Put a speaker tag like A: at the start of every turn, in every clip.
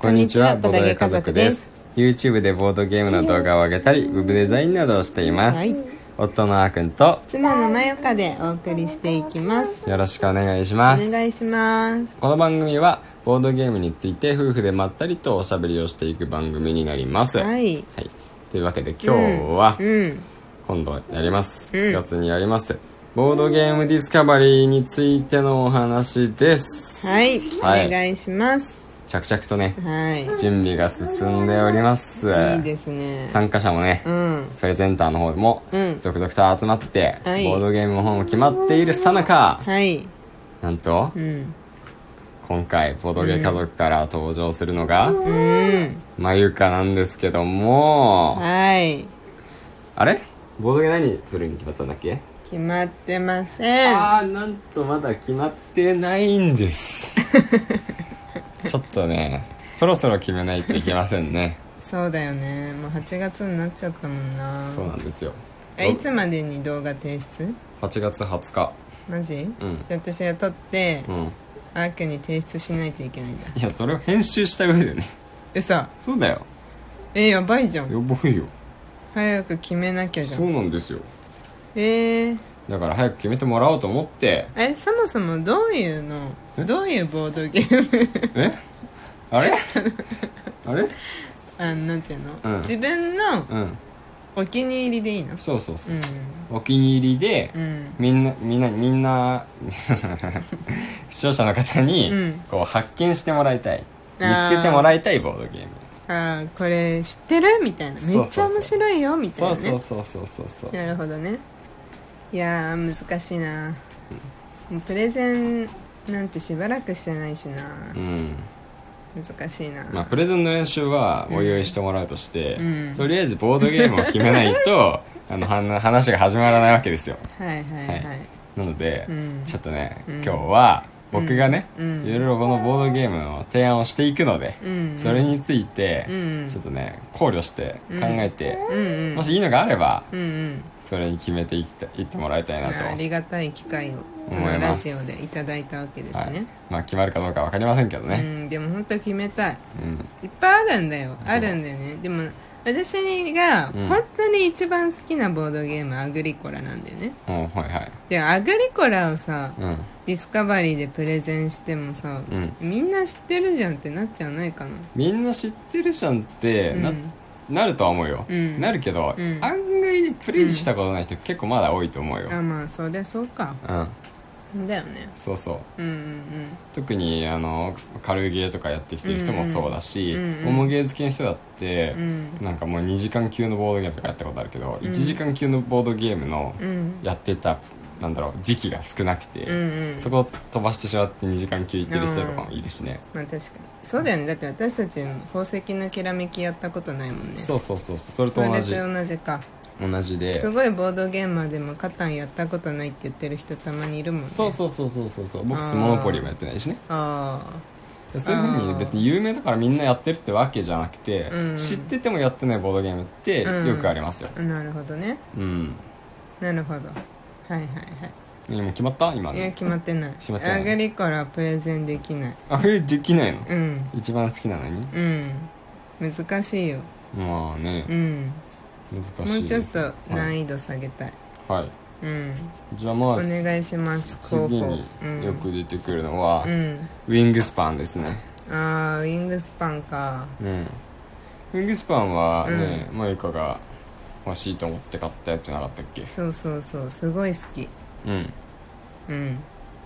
A: こんにちはボードゲー家族です YouTube でボードゲームの動画を上げたりウェブデザインなどをしています、
B: はい
A: 夫のあーくんと
B: 妻のまよかでお送りしていきます
A: よろしくお願いし
B: お
A: ます
B: 願いします
A: この番組はボードゲームについて夫婦でまったりとおしゃべりをしていく番組になります、
B: は
A: はい
B: い
A: というわけで今日は
B: うん
A: 今度やります、
B: ん
A: 9月にやりますボードゲームディスカバリーについてのお話です
B: はい、
A: はい
B: お願いします
A: 着々とね
B: はい
A: 準備が進んでおります
B: いいですね
A: 参加者もね、
B: うん
A: プレゼンターの方も
B: うん
A: 続々と集まって、
B: はい
A: ボードゲームの方も決まっているさなか
B: はい
A: なんと
B: うん
A: 今回ボードゲー家族から登場するのが、
B: うん
A: まゆかなんですけども、
B: はい
A: あれボードゲー何するに決まったんだっけ、
B: 決まってません
A: ああなんとまだ決まってないんです ちょっとねそろそろ決めないといけませんね
B: そうだよねもう8月になっちゃったもんな
A: そうなんですよ
B: えいつまでに動画提出
A: 8月20日
B: マジ、
A: うん
B: じゃあ私が撮って、
A: うん
B: あーくんに提出しないといけないんだ
A: いやそれを編集した上でね
B: 嘘
A: そうだよ
B: えやばいじゃん
A: やばいよ
B: 早く決めなきゃじゃ
A: そうんなんですよ
B: えー、
A: だから早く決めてもらおうと思 って
B: えそもそもどういうのどういうボードゲーム
A: えあれあれ
B: あなんていうの、
A: うん
B: 自分の
A: うん
B: お気に入りでいいの、
A: そうそうそううんお気に入りで、
B: うん
A: みんなみんなみん な視聴者の方に、
B: うん
A: こう発見してもらいたい
B: あ
A: 見
B: ー
A: つけてもらいたいボードゲーム
B: あーこれ知ってるみたいな
A: そうそ
B: め
A: う
B: っち
A: そう
B: ゃ面白いよみたい
A: そ
B: な
A: う
B: ね
A: そうそうそうそうそう
B: なるほどねいやー難しいな、もうプレゼンなんてしばらくしてないしな、
A: うん
B: 難しいな、
A: まあ、プレゼンの練習はお用意してもらうとして、
B: うん
A: とりあえずボードゲームを決めない とあのはな話が始まらないわけですよ
B: はいはいはい、
A: はいなので、
B: うん
A: ちょっとね、
B: うん
A: 今日は僕がね、
B: うん
A: いろいろこのボードゲームの提案をしていくので、
B: うん
A: それについて、
B: うん
A: ちょっとね考慮して考えて、
B: うんうん
A: もしいいのがあれば
B: うんうん
A: それに決めていったいってもらいたいなと、
B: まあありがたい機会をこ
A: 思い
B: の
A: ま
B: ラ
A: す
B: ジオでいただいたわけです
A: はい
B: ね、
A: まあ決まるかどうか分かりませんけどね
B: うんでも本当決めたい
A: うん、
B: いっぱいあるんだよあるんだよねでも私が
A: うん
B: 本当に一番好きなボードゲームアグリコラなんだよね
A: うん、はいはい
B: でアグリコラをさ
A: うん
B: ディスカバリーでプレゼンしてもさ、
A: うん
B: みんな知ってるじゃんってなっちゃわないかな
A: みんな知ってるじゃんってな,、
B: うん
A: なるとは思うよ、
B: うん
A: なるけど、
B: うん
A: 案外プレイしたことない人結構まだ多いと思うよ、
B: あまあそりゃそうか
A: うん、
B: だよね
A: そうそう
B: うんうん
A: 特にあの軽いゲーとかやってきてる人もそうだし、
B: うんうんうん
A: 重ゲー好きな人だって
B: う、ん
A: なんかもう2時間級のボードゲームとかやったことあるけど、
B: うん
A: 1時間級のボードゲームの
B: うんうん
A: やってたなんだろう時期が少なくて、
B: うんうん
A: そこを飛ばしてしまって2時間級行ってる人とかもいるしね、
B: まあ確かにそうだよねだって私たち宝石のきらめきやったことないもんね
A: そうそうそうそうそれと同じ
B: それと同じか
A: 同じです
B: ごいボードゲーマーでもカタンやったことないって言ってる人たまにいるもんね
A: そう
B: う
A: そうそうそうそうそう僕
B: あー
A: モノポリーもやってないしね
B: あ
A: そういうふう
B: あ
A: に
B: ー
A: 別に有名だからみんなやってるってわけじゃなくて、
B: うん
A: 知っててもやってないボードゲームって
B: うん
A: よくありますよ
B: あなるほどね
A: うん、
B: なるほどはいはい
A: 何もう決まった今
B: はいいや
A: ね
B: 決まってない
A: 決まってない
B: アグリコラプレゼンできない
A: あえできないの
B: うん
A: 一番好きなのに
B: うん難しいよ
A: まあね
B: うん
A: 難
B: も
A: し
B: う
A: い
B: ちょ
A: で
B: っ
A: す
B: と難
A: はい、
B: 易度下げたい、
A: はい、
B: うん
A: じゃあま
B: お
A: あ
B: 願いします候
A: 次
B: 補
A: に
B: うん
A: よく出てくるのは、
B: うん
A: ウィングスパンですね
B: ああウィングスパンか
A: うんウィングスパンはね、まゆかが欲しいと思って買ったやつじゃなかったっけ
B: そうそうそうすごい好き
A: うん
B: うん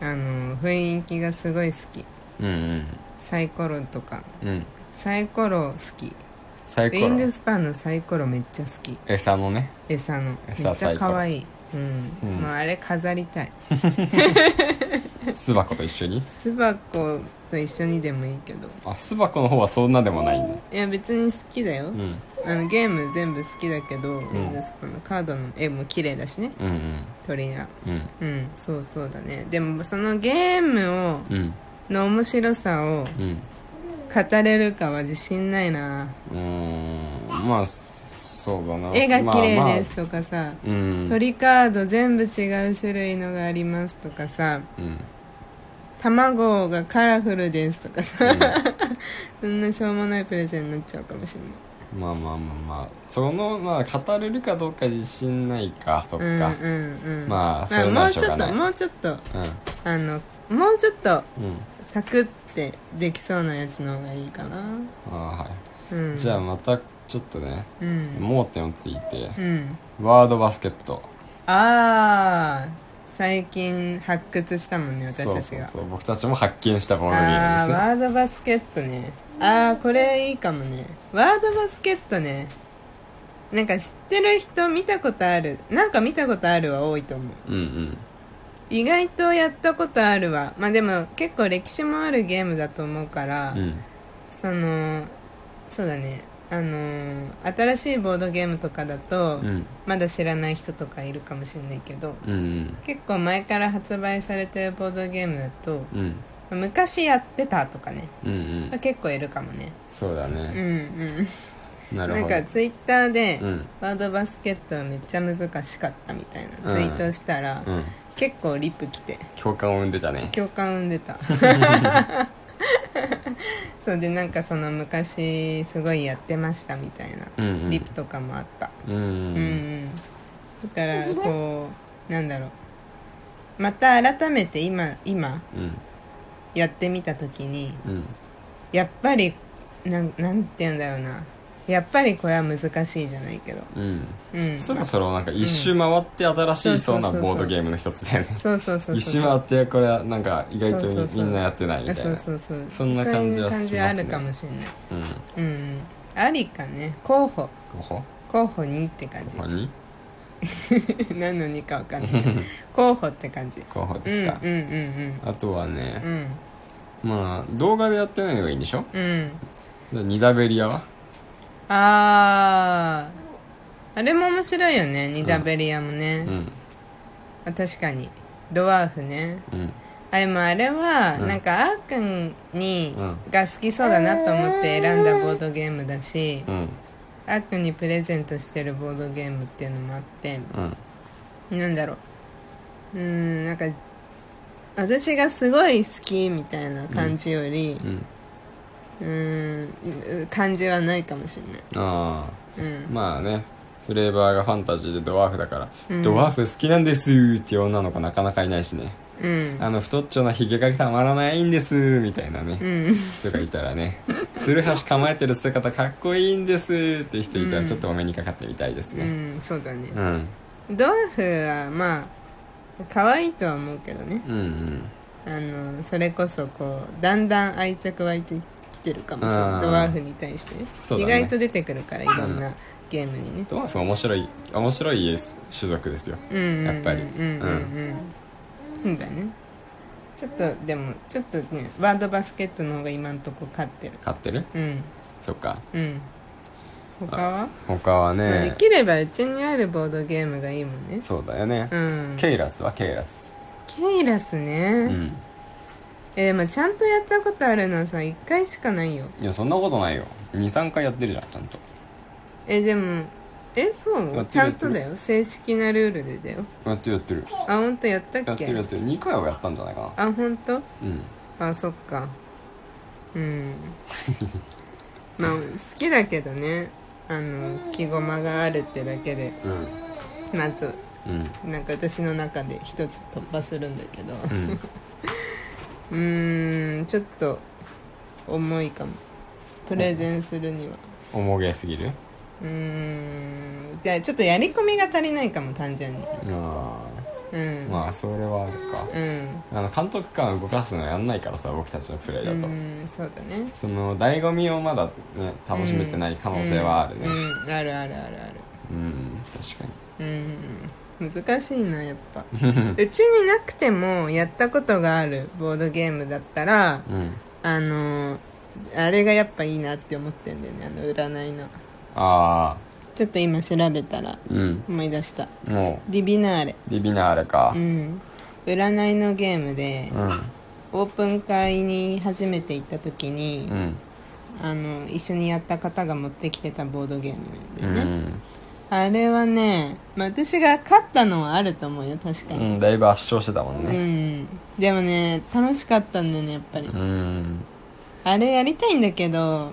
B: あの雰囲気がすごい好き
A: うんうん
B: サイコロとか
A: うん
B: サイコロ好き
A: サイ
B: ウ
A: コ
B: ィン
A: ロ
B: グスパンのサイコロめっちゃ好き
A: 餌のね
B: 餌の
A: 餌
B: めっち
A: サ
B: ゃ
A: イコロ
B: 可愛いうん、
A: うん
B: もうあれ飾りたい
A: 巣箱と一緒に
B: 巣箱と一緒にでもいいけど
A: あ巣箱の方はそんなでもないんだ
B: いや別に好きだよ、
A: うん
B: あのゲーム全部好きだけど、ウィングスパンのカードの絵も綺麗だしね
A: うんうん
B: 鳥が
A: うん
B: うんそうそうだねでもそのゲームを
A: うん
B: の面白さを
A: うん
B: 語れるかは自信ないな
A: うーんまあそうだな
B: 絵が綺
A: まあま
B: 麗
A: あ
B: ですとかさ、
A: うん
B: 鳥カード全部違う種類のがありますとかさ
A: うん
B: 卵がカラフルですとかさ、
A: うん
B: そんなしょうもないプレゼンになっちゃうかもしれな
A: まあまあまあまあそのまあ語れるかどうか自信ないかそっ
B: い
A: か
B: うんうんうん
A: まあそ
B: まあ
A: れな
B: も
A: ら
B: う
A: しょ
B: ち
A: う
B: ょ
A: が
B: っ
A: ない
B: ともうちょっと
A: う
B: あのもうちょっと
A: んうん
B: サクってできそうなやつの方がいいかな
A: ああは
B: うん
A: いじゃあまたちょっとね
B: うん
A: 盲点をついて
B: うん
A: ワードバスケット
B: ああ最近発掘したもんね私
A: そう
B: たち
A: そう
B: が
A: そう僕たちも発見したボードゲ
B: あ
A: ー
B: あ
A: ムです
B: ワ
A: ね
B: ードバスケットねああこれいいかもねワードバスケットねなんか知ってる人見たことあるなんか見たことあるは多いと思う
A: うんうん
B: 意外とやったことあるわまあでも結構歴史もあるゲームだと思うから、
A: うん
B: そのそうだねあのー新しいボードゲームとかだと、
A: うん
B: まだ知らない人とかいるかもしれないけど
A: うん
B: 結構前から発売されてるボードゲームだと
A: うんうん
B: 昔やってたとかね
A: うんうん
B: 結構いるかもね
A: そうだ
B: うん
A: ね
B: うん
A: なる
B: なん
A: ほ
B: か
A: ど
B: ツイッターで、
A: うん
B: ワードバスケットはめっちゃ難しかったみたいなツイートしたら、
A: うん
B: 結構リプ来て
A: 共感を生んでたね
B: 共感を生んで たそうでなんかその昔すごいやってましたみたいな
A: うんうん
B: リプとかもあった
A: うん
B: うん、
A: う
B: うんん、だからこうなんだろうまた改めて今今
A: うん
B: やってみた時に
A: うん
B: やっぱりなんなんて言うんだろうなやっぱりこれは難しいじゃないけど、
A: うん
B: うん、
A: そろそろなんか一周回って新しいそうな
B: うん
A: ボードゲームの一つだよね
B: そうそうそうそう
A: 一周回ってこれはなんか意外と
B: そうそうそう
A: みんなやってないみたい
B: そう
A: な
B: そうそう
A: そんな感じはしますね
B: そういう感じあるかもしれない
A: うん
B: うんありかね候補
A: ここ
B: 候補にって感じ
A: ここに
B: 何の2か分かんないけど候補って感じ
A: 候補
B: う
A: で
B: んうん
A: す
B: う
A: か
B: んうん
A: あとは
B: う
A: ね
B: ん
A: まあ動画でやってないのがいいんでしょ
B: うん
A: じゃあニダベリアは
B: あーあれも面白いよねニダベリアもね
A: う、ん
B: あ確かにドワーフね
A: うん
B: あでもあれは、
A: うん
B: なんかあーくんに、
A: うん
B: が好きそうだなと思って選んだボードゲームだし、
A: うん
B: あーくんにプレゼントしてるボードゲームっていうのもあって
A: うん
B: なんだろううーんなんか私がすごい好きみたいな感じより
A: うん
B: うーん感じはないかもし
A: あ
B: れない
A: あまあねフレーバーがファンタジーでドワーフだから、
B: うん
A: ドワーフ好きなんですっていう女の子なかなかいないしね
B: うんうん
A: あの太っちょなひげがたまらないんですみたいなね、
B: うん
A: 人がいたらね「ツルハシ構えてる姿かっこいいんです」って人いた
B: う
A: ら
B: ん
A: ちょっとお目にかかってみたいです
B: う
A: ね
B: んそうだね
A: うん
B: ドワーフはまあ可愛いとは思うけどね
A: うんうん
B: あのそれこそこうだんだん愛着湧いてきてるかもしれ
A: あ
B: な
A: ー
B: いドワーフに対して、
A: そう
B: 意
A: だね
B: 外と出てくるからいろんなゲームにね
A: ドワーフは面白い面白い種族ですよ
B: うんうんうん
A: やっぱり
B: うんうんうんそうだねちょっとでもちょっとねワードバスケットの方が今んとこ勝ってる
A: 飼ってる
B: うん
A: そっか
B: うん他は、
A: 他は
B: まあ
A: ね
B: できればうちにあるボードゲームがいいもんね
A: そうだよね、
B: うんケ
A: ケイラスはケイラス
B: イラスね
A: う、ん
B: えーまあ、ちゃんとやったことあるのはさ1回しかないよ
A: いやそんなことないよ23回やってるじゃんちゃんと
B: えでもえそう
A: やってる
B: ちゃんとだよ正式なルールでだよ
A: やってるやってる
B: あ本当やった
A: や
B: っ
A: って
B: け
A: るやってる2回はやったんじゃないかな
B: あ本当
A: うん
B: あそっかうん まあ好きだけどねあの着駒があるってだけで
A: うん
B: まず
A: うん
B: なんか私の中で一つ突破するんだけど
A: うん
B: うーんちょっと重いかもプレゼンするには
A: 重げすぎる
B: うーんじゃあちょっとやり込みが足りないかも単純に
A: あ
B: うん、
A: あまあそれはあるか
B: うん
A: あの監督官を動かすのやんないからさ僕たちのプレイだと、
B: うんそうだね
A: その醍醐味をまだ、ね、楽しめてない可能性はあるね
B: うん、うんあるあるあるある
A: うん、確か
B: うん難しいなやっぱ
A: に
B: うちになくてもやったことがあるボードゲームだったら
A: うん
B: あのあれがやっぱいいなって思ってんだよねあの占いの
A: ああ
B: ちょっと今調べたら
A: うん
B: 思い出した
A: も
B: ディビナーレ
A: うディビナーレか
B: うん占いのゲームで
A: うん
B: オープン会に初めて行った時に
A: うん
B: あの一緒にやった方が持ってきてたボードゲームなんだ
A: う
B: よ
A: んう
B: ね、
A: ん
B: あれはね、まあ、私が勝ったのはあると思うよ確か
A: う
B: に、
A: んだいぶ圧勝してたもん
B: うん
A: ね
B: でもね楽しかったんだよねやっぱり、
A: うん
B: あれやりたいんだけど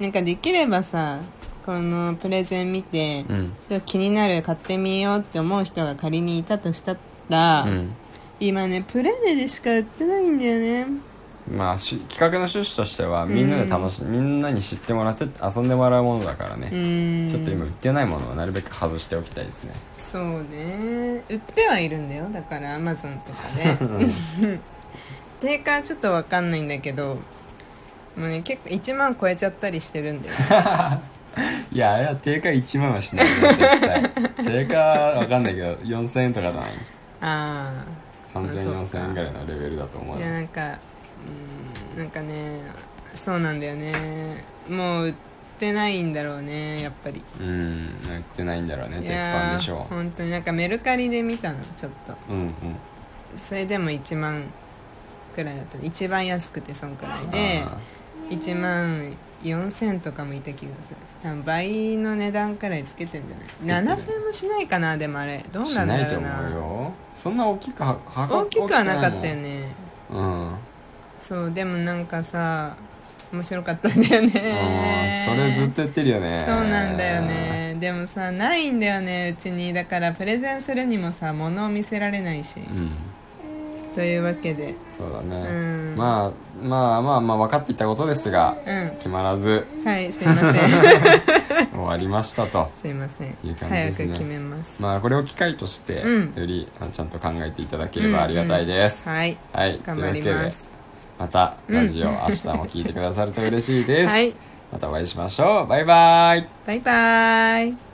B: なんかできればさこのプレゼン見て、
A: うん
B: ちょっと気になる買ってみようって思う人が仮にいたとしたら、
A: うん
B: 今ねプレネでしか売ってないんだよね
A: まあし企画の趣旨としてはみんなで楽しみんなに知ってもらって遊んでもらうものだから
B: う
A: ね、
B: ん
A: ちょっと今売ってないものはなるべく外しておきたいですね
B: そうね売ってはいるんだよだからアマゾンとか ね定価はちょっとわかんないんだけどもうね結構1万超えちゃったりして るんだよね
A: いやあれは定価1万はしないよ絶対定価は分かんないけど4000円とかじゃない
B: ああそうか
A: 30004000円ぐらいのレベルだと思
B: あ
A: う
B: いやなんかうんなんかねそうなんだよねもう売ってないんだろうねやっぱり
A: うん売ってないんだろうね
B: い
A: 鉄
B: や
A: 板
B: ー
A: でしょ
B: 本当になんかメルカリで見たのちょっと
A: ううん
B: それでも1万くらいだった一番安くてそんくら
A: う
B: い
A: ん
B: で
A: あ
B: 1万4000とかもいた気がする多分倍の値段くらいつけてんじゃない
A: つけてる
B: 7000もしないかなでもあれど
A: ー
B: う
A: し
B: なん
A: ない
B: だ
A: と
B: ろう
A: 思
B: な
A: うよそんな大きくは箱
B: 大きくはなかったよ
A: ね
B: ね
A: うん
B: そうでもなんかさ面白かったんだよね
A: うんそれずっとやってるよね
B: そうなんだよねでもさないんだよねうちにだからプレゼンするにもさ物を見せられない
A: う
B: し、
A: ん
B: というわけで
A: そうだ
B: う
A: ね
B: ん
A: まあまあまあまあ分かっていたことですが
B: うん
A: 決まらず
B: はいすい ません
A: 終わりましたと
B: すいません
A: いう感じで
B: 早
A: す
B: く
A: ね
B: 決めます
A: まあこれを機会として
B: うん
A: よりあのちゃんと考えていただければありがたいです、
B: はい
A: はい
B: 頑張ります
A: というわけでまた
B: うん
A: ラジオ明日も 聞いてくださると嬉しいです、
B: はい
A: またお会いしましょうバイバイ
B: バイバイ